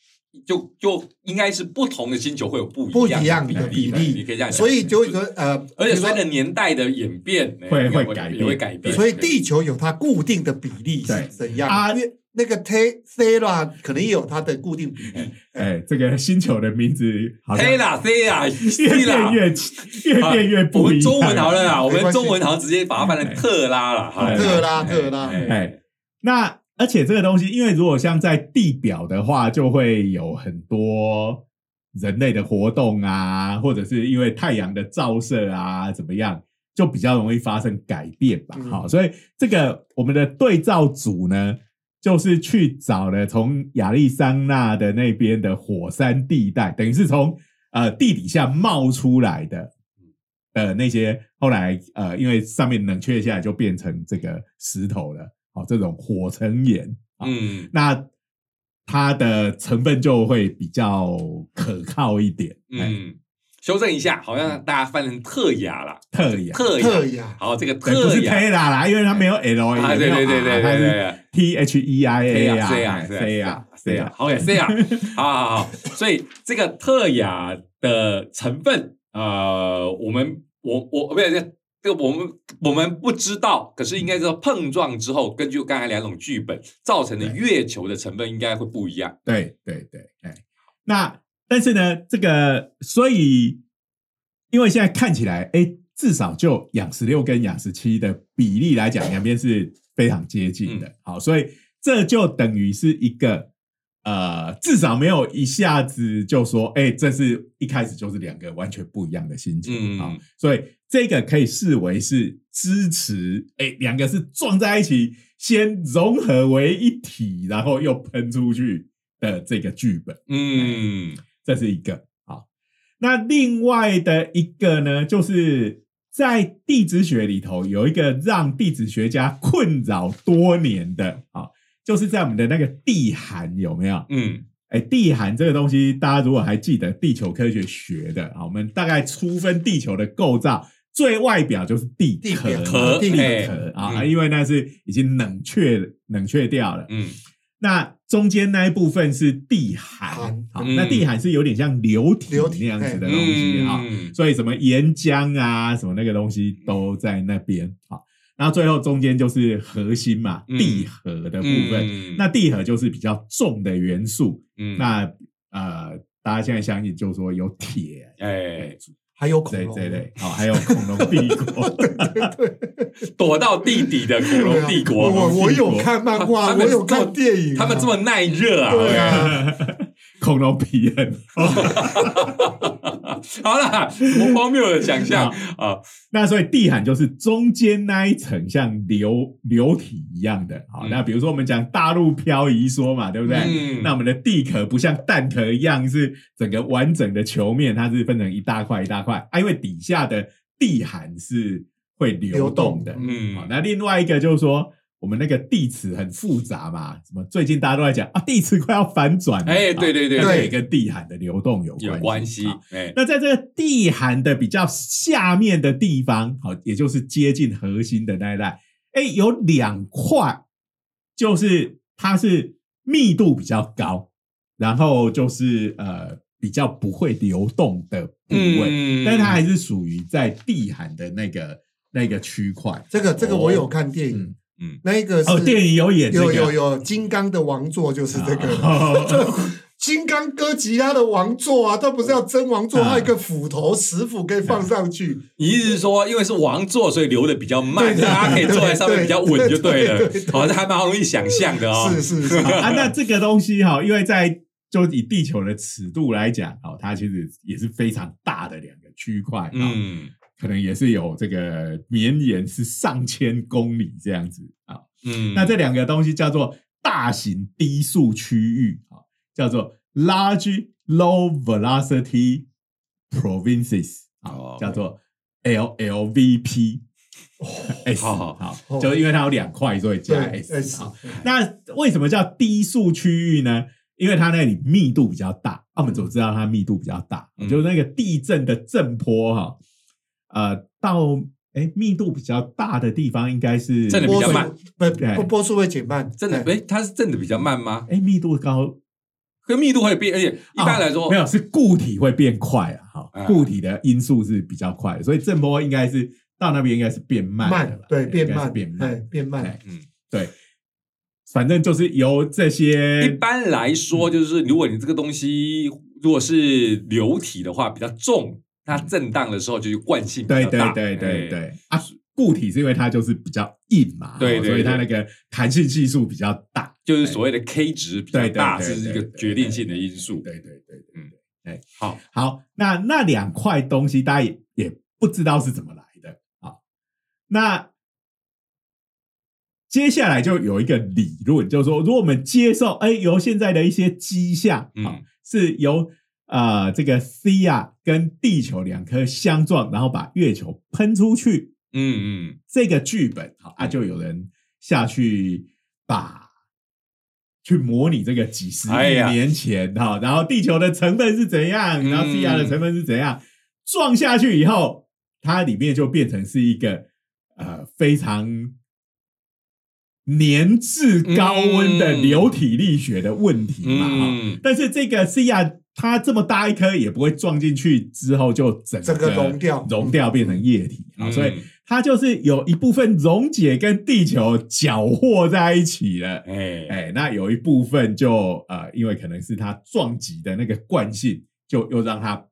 B: 就就应该是不同的星球会有不
C: 不
B: 一
C: 一
B: 样
C: 样的
B: 比哎
C: 比例
B: 你可以这样讲。
C: 所以就会说呃，
B: 而且
C: 比
B: 随
C: 如说
B: 着年代的演变，
A: 会
B: 哎
A: 会改
B: 也
A: 变
B: 会改变。
C: 所以地球有它固定的比例是
A: 对
C: 怎样？
A: 啊
C: 因为那个 Te Thera 可能也有它的固定比例，
A: 哎、这个星球的名字好像
B: 黑啦 C 啦
A: 越
B: C 啦
A: 变。越越
B: 啊
A: 变越
B: 我
A: 不一
B: 们
A: 样。
B: 中文好了啦，我
C: 没关
B: 们
C: 系
B: 中文好像直接把它翻成特拉了，哈
A: 哎
C: 特拉特拉嗯
B: 哎
A: 哎，那而且这个东西，因为如果像在地表的话，就会有很多人类的活动啊，或者是因为太阳的照射啊，怎么样，就比较容易发生改变吧
C: 嗯。
A: 好、所以这个我们的对照组呢，就是去找了从亚利桑那的那边的火山地带，等于是从呃地底下冒出来的。呃，那些后来呃，因为上面冷却下来就变成这个石头了，好、这种火成岩啊、
B: 嗯
A: 那它的成分就会比较可靠一点，
C: 哎
A: 嗯，
B: 嗯，修正一下，好像大家翻成特雅啦，
A: 特雅，
B: 特
C: 特
B: 雅，
C: 雅。哎
B: 好，这个
A: 对不
B: 特
A: 是
B: 雅
A: Tera 啦，因为它没有 L，
B: 啊，
A: 也
B: 对
A: 没有
B: 对对
A: R，
B: 对
A: 它
B: 对
A: 是
B: 对。
A: T H E
B: 哎
A: I A 啊，
B: 这样这
A: 这
B: 样
A: 样
B: 这
A: 这
B: 样
A: 样，
B: 好，这样，啊好好好。所以这个特雅的成分，呃，我们我我不是这个我们我们不知道，可是应该说碰撞之后，根据刚才两种剧本造成的月球的成分应该会不一样。
A: 对对对，哎，那但是呢，这个所以，因为现在看起来，哎，至少就氧十六跟氧十七的比例来讲，两边是非常接近
B: 嗯
A: 的。好，所以这就等于是一个呃，至少没有一下子就说，哎，这是一开始就是两个完全不一样的心情
B: 嗯
A: 啊、好所以这个可以视为是支持，哎，两个是撞在一起，先融合为一体，然后又喷出去的这个剧本，
B: 嗯，
A: 这是一个好。那另外的一个呢，就是在地质学里头有一个让地质学家困扰多年的啊，就是在我们的那个地寒有没有？
B: 嗯
A: 哎，地寒这个东西，大家如果还记得地球科学学的啊，我们大概粗分地球的构造，最外表就是地
C: 地
A: 壳
C: 表
A: 嘛，
B: 壳
A: 地
B: 哎
A: 壳啊，
B: 嗯
A: 因为那是已经冷却冷却掉了。
B: 嗯
A: 那中间那一部分是地寒
C: 寒，
A: 好，
B: 嗯
A: 那地寒是有点像流体
C: 流体
A: 那样子的东西啊，
B: 嗯，
A: 所以什么岩浆啊，什么那个东西都在那边啊。然后最后中间就是核心嘛，
B: 嗯
A: 地核的部分。
B: 嗯
A: 那地核就是比较重的元素，
B: 嗯
A: 那呃，大家现在相信就是说有铁
B: 哎，
C: 还有恐
A: 这
C: 龙，
A: 这类，好、哦还有恐龙帝 国，
B: 躲到地底的恐龙帝
C: 啊
B: 国，
C: 我我我有看漫画，
B: 他
C: 我
B: 们
C: 有看电影啊，
B: 他们这么耐热啊！
C: 对啊，
A: 恐龙皮很厚。
B: 好啦，我荒谬的想 象啊，
A: 那所以地寒就是中间那一层像流流体一样的，好，
B: 嗯
A: 那比如说我们讲大陆漂移说嘛，对不对？
B: 嗯
A: 那我们的地壳不像蛋壳一样是整个完整的球面，它是分成一大块一大块，啊，因为底下的地寒是会流动的，
C: 流动
A: 嗯，
B: 嗯
A: 好，那另外一个就是说，我们那个地磁很复杂嘛，什么最近大家都在讲啊，地磁快要反转了，
B: 哎对对对
A: 啊那
C: 对
A: 也跟地寒的流动有
B: 有关系
A: 啊。
B: 哎，
A: 那在这个地寒的比较下面的地方，好，也就是接近核心的那一带，哎，有两块，就是它是密度比较高，然后就是呃比较不会流动的部位，
B: 嗯
A: 但它还是属于在地寒的那个那个区块。
C: 这个这个
A: 哦
C: 我有看电影
A: 嗯，
B: 嗯
C: 那一个是
A: 哦，电影有演这
C: 有
A: 个，哦
C: 有有金刚的王座就是
B: 啊
C: 这个。
A: 个。
C: 金刚哥吉拉的王座啊，它不是要真王座，
A: 啊
C: 还有一个斧头、石斧可以放上去，
B: 你意思是说，因为是王座，所以流的比较慢，
C: 对对
B: 大家可以坐在上面比较稳就对了
C: 对对对。
B: 好，这还蛮容易想象的哦。
C: 是 是是，
A: 啊，那这个东西哈，因为在就以地球的尺度来讲，哦，它其实也是非常大的两个区块，嗯，
B: 嗯
A: 可能也是有这个绵延是上千公里这样子啊。
B: 嗯，
A: 那这两个东西叫做大型低速区域啊，叫做 large low velocity provinces
B: 哦
A: 啊，叫做 LLVP。S
B: 好好
A: 好，就是因为它有两块，所以加
C: 对
A: S 啊。
C: 哎
A: 那为什么叫低速区域呢？因为它那里密度比较大，啊我们总知道它密度比较大，
B: 嗯
A: 就是那个地震的震波哈，呃，到哎密度比较大的地方应该是
B: 震得比
C: 波
B: 较
C: 速
B: 慢
C: 不
A: 对
C: 不波速会减慢，
B: 真的，
C: 对
B: 哎，它是震的比较慢吗？
A: 哎密度高，
B: 可密度会变，而且一般来说
A: 哦没，有是固体会变快啊，哈
B: 啊，
A: 固体的因素是比较快的，所以震波应该是到那边应该是变慢的
C: 慢
A: 吧，
C: 对变
A: 应该是
C: 慢
A: 变
C: 哎
A: 慢，
C: 变慢
A: 哎，
B: 嗯，
A: 对，反正就是由这些
B: 一般来说，
A: 嗯
B: 就是如果你这个东西如果是流体的话，比较重，它震荡的时候就是惯性比
A: 对
B: 较
A: 对
B: 大。
A: 对对
B: 哎，
A: 对啊！固体是因为它就是比较硬嘛，哦
B: 对对
A: 所以它那个弹性系数比较大，
B: 就是所谓的 K 值比较
A: 对
B: 大，
A: 对
B: 这
A: 对
B: 是一
A: 对
B: 个
A: 对
B: 决定性的因素。
A: 对对对，
B: 嗯
A: 嗯，
B: 好，
A: 好，那那两块东西大家也也不知道是怎么来的啊。那接下来就有一个理论，就是说，如果我们接受，哎，由现在的一些迹象啊，
B: 嗯
A: 是由呃这个 C 啊跟地球两颗相撞，然后把月球喷出去，
B: 嗯嗯，
A: 这个剧本，好啊，就有人下去把去模拟这个几十亿
B: 哎呀
A: 年前哈、然后地球的成分是怎样，
B: 嗯
A: 然后 C R 的成分是怎样，撞下去以后，它里面就变成是一个呃非常。粘滞高温的
B: 嗯
A: 流体力学的问题嘛，哈、
B: 嗯
A: 但是这个 C R 它这么大一颗也不会撞进去之后就整
C: 整个融掉
A: 融掉变成液体啊，
B: 嗯
A: 所以它就是有一部分溶解跟地球搅和在一起了。
B: 哎，
A: 哎，那有一部分就呃，因为可能是它撞击的那个惯性，就又让它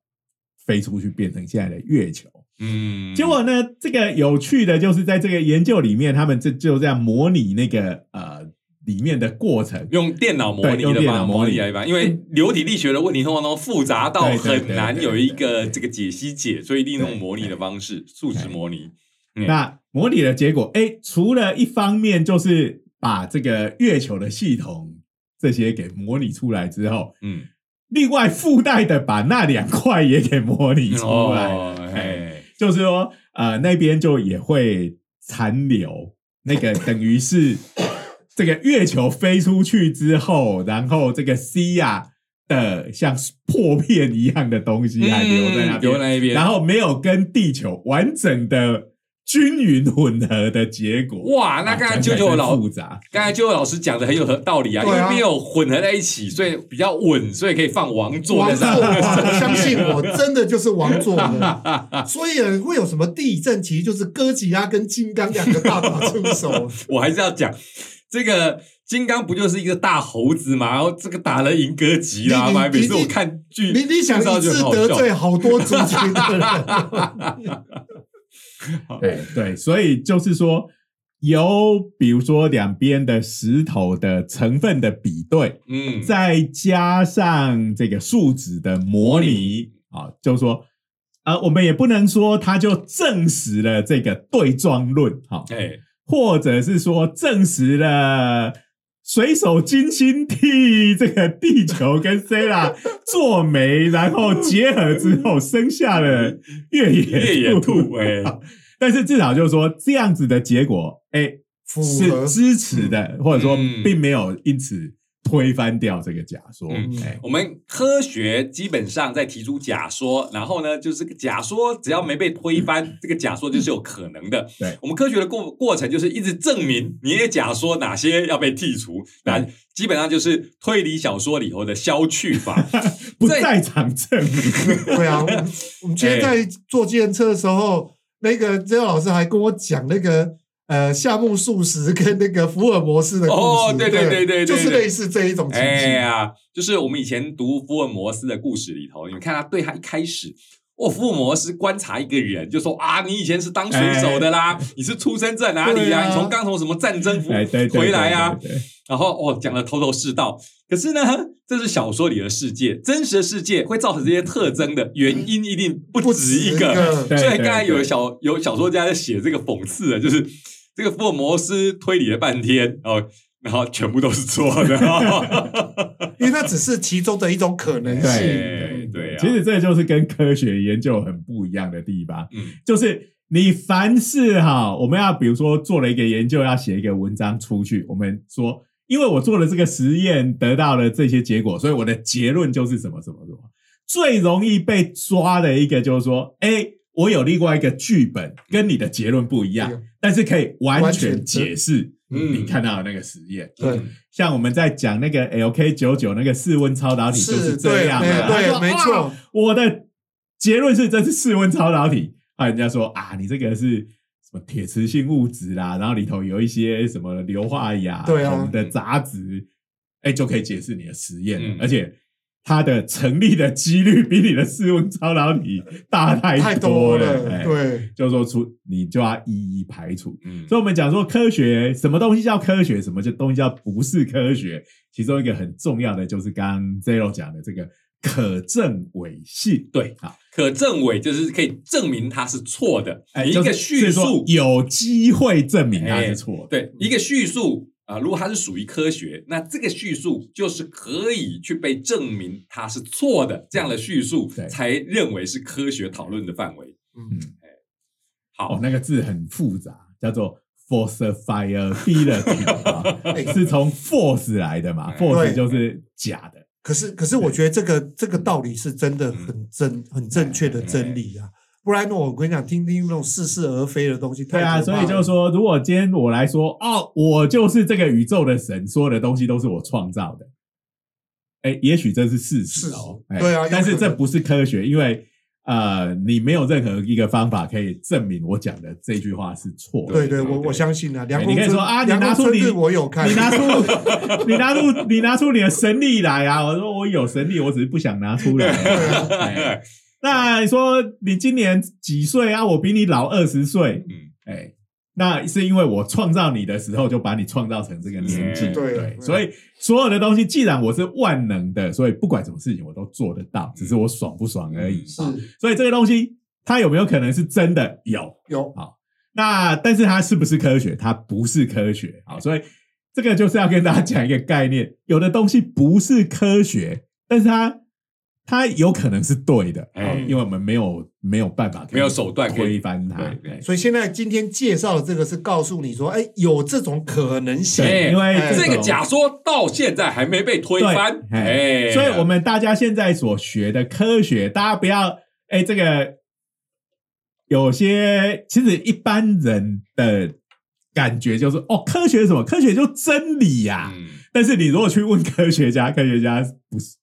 A: 飞出去，变成现在的月球。
B: 嗯，
A: 结果呢，这个有趣的就是在这个研究里面，他们这就这样模拟那个呃里面的过程，
B: 用电脑模拟
A: 对用
B: 的
A: 电
B: 方
A: 脑
B: 模
A: 模拟
B: 拟来吧，因为流体力学的问题通常都复杂到
A: 对对
B: 很
A: 对
B: 难
A: 对
B: 有一
A: 对
B: 个
A: 对
B: 这个解析解，所以一定用
A: 对
B: 模拟的方式，数值模拟。嗯
A: 那模拟的结果，哎，除了一方面就是把这个月球的系统这些给模拟出来之后，
B: 嗯，
A: 另外附带的把那两块也给模拟出来，
B: 哦，
A: 哎，
B: 哎，
A: 就是说，呃，那边就也会残留那个等于是 这个月球飞出去之后，然后这个 C 呀的像破片一样的东西还留在那
B: 嗯
A: 边
B: 留，在那边，
A: 然后没有跟地球完整的均匀混合的结果。
B: 哇，那刚才
A: 讲起
B: 舅
A: 来
B: 舅
A: 真
B: 老
A: 复杂，
B: 刚才就老师讲的很有道理啊，因
C: 对啊
B: 为没有混合在一起，所以比较稳，所以可以放王座在
C: 王座，啊
B: 上面。
C: 我相信 我，真的就是王座了。所以会有什么地震，其实就是哥吉拉跟金刚两个大打出 手。
B: 我还是要讲这个金刚不就是一个大猴子嘛，然后这个打了赢哥吉拉
C: 你
B: 嘛，
C: 你
B: 每次我看剧，
C: 你你想
B: 看到
C: 一
B: 就
C: 次
B: 很好
C: 得
B: 笑
C: 罪好多族群的人，
A: 对对，所以就是说，由比如说两边的石头的成分的比对，
B: 嗯，
A: 再加上这个树脂的模拟啊，就是说，呃，我们也不能说它就证实了这个对撞论，好、
B: 哎，
A: 或者是说证实了水手金星替这个地球跟 Sera 做媒，然后结合之后生下了越野
B: 越野兔，哎，
A: 但是至少就是说这样子的结果，哎，
C: 符合
A: 是支持的，或者说
B: 嗯
A: 并没有因此推翻掉这个假说。
B: 嗯
A: 哎，
B: 我们科学基本上在提出假说，然后呢，就是假说只要没被推翻，这个假说就是有可能的。
A: 对，
B: 我们科学的过过程就是一直证明你也假说哪些要被剔除，那基本上就是推理小说里头的消去法。
A: 不
B: 在
A: 在场证明，
B: 嗯
C: 对啊，我们我们今天在坐计程车的时候，那个这个老师还跟我讲那个呃夏目漱石跟那个福尔摩斯的故事，
B: 哦对对对对对
C: 就是
B: 对
C: 类似这一种情
B: 哎
C: 形。
B: 呀，就是我们以前读福尔摩斯的故事里头，你看他对他一开始。哦，福尔摩斯观察一个人，就说啊，你以前是当水手的啦， 你是出生在哪里
C: 对
B: 啊？
C: 啊
B: 你从刚从什么战争服
A: 哎，对，对
B: 回来啊？，
A: 对对对
B: 然后哦，讲的头头是道。可是呢， 这是小说里的世界，真实的世界会造成这些特征的原因一定不止一个。
C: 嗯
A: 对
B: 所以刚才
A: 对对
B: 有小有小说家在写这个讽刺的，就是这个福尔摩斯推理了半天，然后然后全部都是错的。
C: 因为它只是其中的一种可能性。
B: 对对啊，
A: 其实这就是跟科学研究很不一样的地方，
B: 嗯
A: 就是你凡事哈，我们要比如说做了一个研究，要啊写一个文章出去，我们说，因为我做了这个实验，得到了这些结果，所以我的结论就是什么什么什么。最容易被抓的一个就是说，哎，我有另外一个剧本，跟你的结论不一样
C: 嗯，
A: 但是可以完
C: 完全
A: 全解释
B: 嗯
A: 你看到的那个实验。
C: 对
B: 嗯
A: 像我们在讲那个 LK 九九那个室温超导体就是这样
C: 对哎
A: 的、啊，他
C: 对
A: 说
C: 没错
A: 哇我的结论是这是室温超导体啊，人家说啊，你这个是什么铁磁性物质啦，然后里头有一些什么硫化亚
C: 对啊
A: 铜的杂质，哎、就可以解释你的实验了，
B: 嗯
A: 而且。它的成立的几率比你的室温超导体大太
C: 太
A: 多
C: 多
A: 了，
C: 了，
A: 哎，
C: 对，
A: 就说出你就要一一排除。
B: 嗯
A: 所以，我们讲说科学，什么东西叫科学，什么就东西叫不是科学。其中一个很重要的就是刚刚 Zero 讲的这个可证伪性，
B: 对
A: 好，
B: 可证伪就是可以证明它是错的。
A: 哎，
B: 一
A: 就
B: 个
A: 是
B: 叙
A: 是说
B: 述哎
A: 有机会证明它是错的。
B: 对一个叙述啊、如果它是属于科学，那这个叙述就是可以去被证明它是错的，这样的叙述
A: 对
B: 才认为是科学讨论的范围。
C: 嗯，
B: 好，
A: 哦，那个字很复杂，叫做 falsifiability，啊是从 false 来的嘛
B: 哎
A: ，false
C: 对
A: 就是假的。
C: 可是可是我觉得这个这个道理是真的
A: 嗯
C: 很真很正确的真理
A: 哎
C: 啊，不然我跟你讲，听听那种似是而非的东西，
A: 对啊，
C: 太可怕
A: 所
C: 了
A: 以就是说，如果今天我来说，哦，我就是这个宇宙的神，所有的东西都是我创造的，哎，也许这是事实哦，
C: 事实
A: 哎
C: 对啊有可能
A: 但是这不是科学，因为呃，你没有任何一个方法可以证明我讲的这句话是错的。
C: 对对，我我相信啊，梁公
A: 你可以
C: 村
A: 说啊你
C: 梁公
A: 拿出
C: 村
A: 你
C: 日我有看，
A: 你拿出， 你拿出，你拿出你的神力来啊！我说我有神力，我只是不想拿出来。 哎那你说你今年几岁啊？我比你老二十岁，
B: 嗯，
A: 哎，那是因为我创造你的时候就把你创造成这个年纪，
B: 嗯
C: 对
A: 对，
C: 嗯
A: 所以所有的东西，既然我是万能的，所以不管什么事情我都做得到，只是我爽不爽而
B: 嗯
A: 已。
C: 是
A: 所以这个东西它有没有可能是真的？有。
C: 有
A: 那但是它是不是科学？它不是科学啊，好所以这个就是要跟大家讲一个概念，有的东西不是科学，但是它它有可能是对的，
B: 哎
A: 好因为我们没有没有办法可以
B: 没有手段可以
A: 推翻它，哎
B: 对对
C: 所以现在今天介绍的这个是告诉你说，哎，有这种可能性。
B: 哎
A: 因为
C: 哎
A: 种
B: 这个假说到现在还没被推翻，
A: 对
B: 哎，
A: 所以我们大家现在所学的科学，大家不要哎，这个有些其实一般人的感觉就是哦，科学是什么？科学就真理呀、
B: 嗯，
A: 但是你如果去问科学家，科学家不是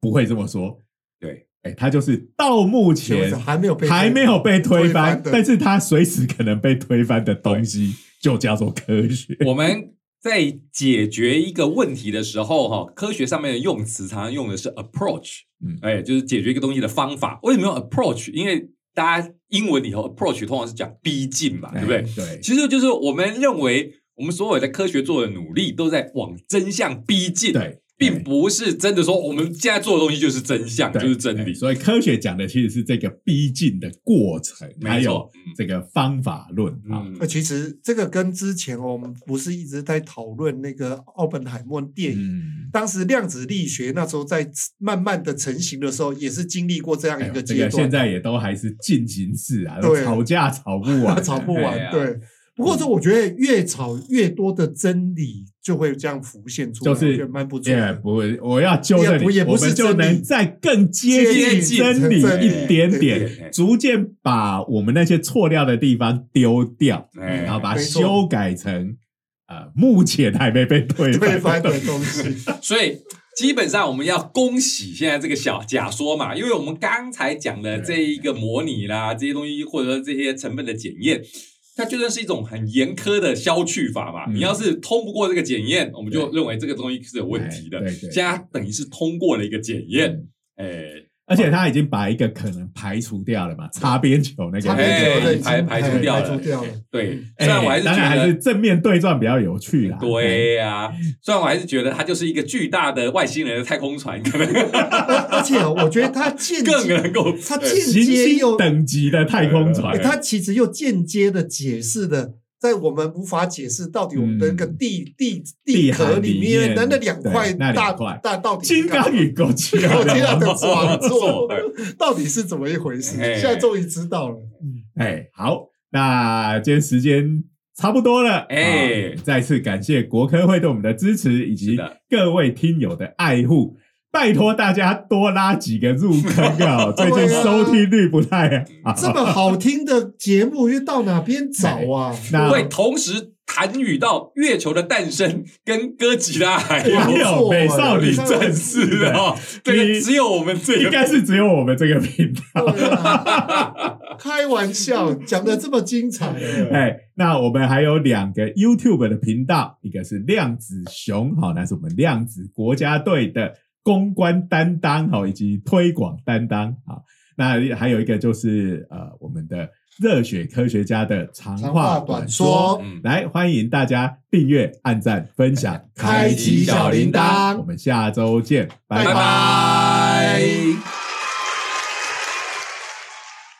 A: 不会这么说。
B: 对，
A: 哎，他就是到目前
C: 就是还没有被
A: 还没有被推翻，
C: 的
A: 但是他随时可能被推翻的东西，就叫做科学。
B: 我们在解决一个问题的时候，哈，科学上面的用词常常用的是 approach，
A: 嗯
B: 哎，就是解决一个东西的方法。为什么用 approach？因为大家英文里头 approach 通常是讲逼近嘛，对不对？
A: 哎？对，
B: 其实就是我们认为，我们所有的科学做的努力都在往真相逼近，
A: 对，哎
B: 并不是真的说我们现在做的东西就是真相，
A: 对
B: 就是真理
A: 对。所以科学讲的其实是这个逼近的过程，
B: 没错
A: 还有
B: 嗯
A: 这个方法论啊。
B: 嗯
C: 呃那，其实这个跟之前哦我们不是一直在讨论那个奥本海默电影，
A: 嗯，
C: 当时量子力学那时候在慢慢的成型的时候，也是经历过这样
A: 哎
C: 一
A: 呦
C: 个
A: 这
C: 阶
A: 个现
C: 段，
A: 在也都还是进行式啊，
C: 对
A: 吵架吵不完，
C: 吵不
A: 哎
C: 完。
B: 呀
C: 对，不过这我觉得越吵越多的真理就会这样浮现出来，
A: 就是哎
C: 我觉得蛮不错
A: 也
C: 的。
A: 不，我要纠正
C: 也
A: 你，
C: 不也不
A: 我
C: 是
A: 们就
C: 真理
A: 能再更接
B: 接
A: 近
B: 近
A: 真理
C: 真
B: 理
A: 一点
B: 对对对
A: 点，逐渐把我们那些错掉的地方丢掉，
B: 哎
A: 然后把它
C: 没错
A: 修改成呃，目前还没被推
C: 推翻
A: 翻
C: 的 东西，
B: 所以基本上我们要恭喜现在这个小假说嘛，因为我们刚才讲的这一个模拟啦，这些东西或者说这些成本的检验，它就算是一种很严苛的消去法嘛。
A: 嗯
B: 你要是通不过这个检验，我们就
A: 对
B: 认为这个东西是有问题的
A: 哎。对对嗯
B: 现在它等于是通过了一个检验，哎、
A: 而且他已经把一个可能排除掉了嘛，擦边球那个
C: 差
B: 边
C: 点
B: 球
C: 就
B: 哎
C: 已经
B: 排排除掉了
C: 排除掉了。
B: 对。
A: 哎
B: 虽然我还是觉
A: 当
B: 得、
A: 然还是正面对撞比较有趣啦。哎
B: 对呀、虽然我还是觉得它就是一个巨大的外星人的太空船， 可能
C: 而且啊我觉得它间
B: 更
C: 接，
B: 能够
C: 它
B: 对
A: 哎，
C: 间
A: 行
C: 接
A: 星
C: 又
A: 等级的太空船
C: 哎，，它其实又间接的解释了，在我们无法解释到底我们的那个地、地
A: 嗯
C: 地
A: 地
C: 壳
A: 涵
C: 里
A: 里
C: 面
A: 面
C: 的那两块
A: 对那
C: 大
A: 两块
C: 大到底
A: 金刚与狗奇
C: 我知道的
B: 爪
C: 爪
B: 座
C: 座到底是怎么一回事？
B: 哎
C: 现在终于知道了。嗯，
A: 哎，好，那今天时间差不多了，
B: 哎
A: 啊再次感谢国科会对我们的支持以
B: 是
A: 及
B: 的
A: 各位听友的爱护。拜托大家多拉几个入坑 啊！最近收听率不太好，
C: 这么好听的节目，又到哪边找啊？
A: 那
B: 会同时谈语到月球的诞生跟哥吉拉还
A: 还
B: 有
A: 有美少女战士
B: 是
A: 啊，
B: 哦，这个只有我们这
A: 应
B: 个
A: 该是只有我们这个频道。
C: 对啊，开玩笑，讲的这么精彩，
A: 哎，那我们还有两个 YouTube 的频道，一个是量子熊，好，那是我们量子国家队的公关担当，好，以及推广担当，好，那还有一个就是呃，我们的热血科学家的长
C: 长
A: 话
C: 话
A: 短
C: 短
A: 说。
C: 说，
B: 嗯，
A: 来，欢迎大家订阅、按赞、分享、
C: 开
B: 启小铃
C: 铛
A: 我们下周见，拜
C: 拜
B: 拜拜。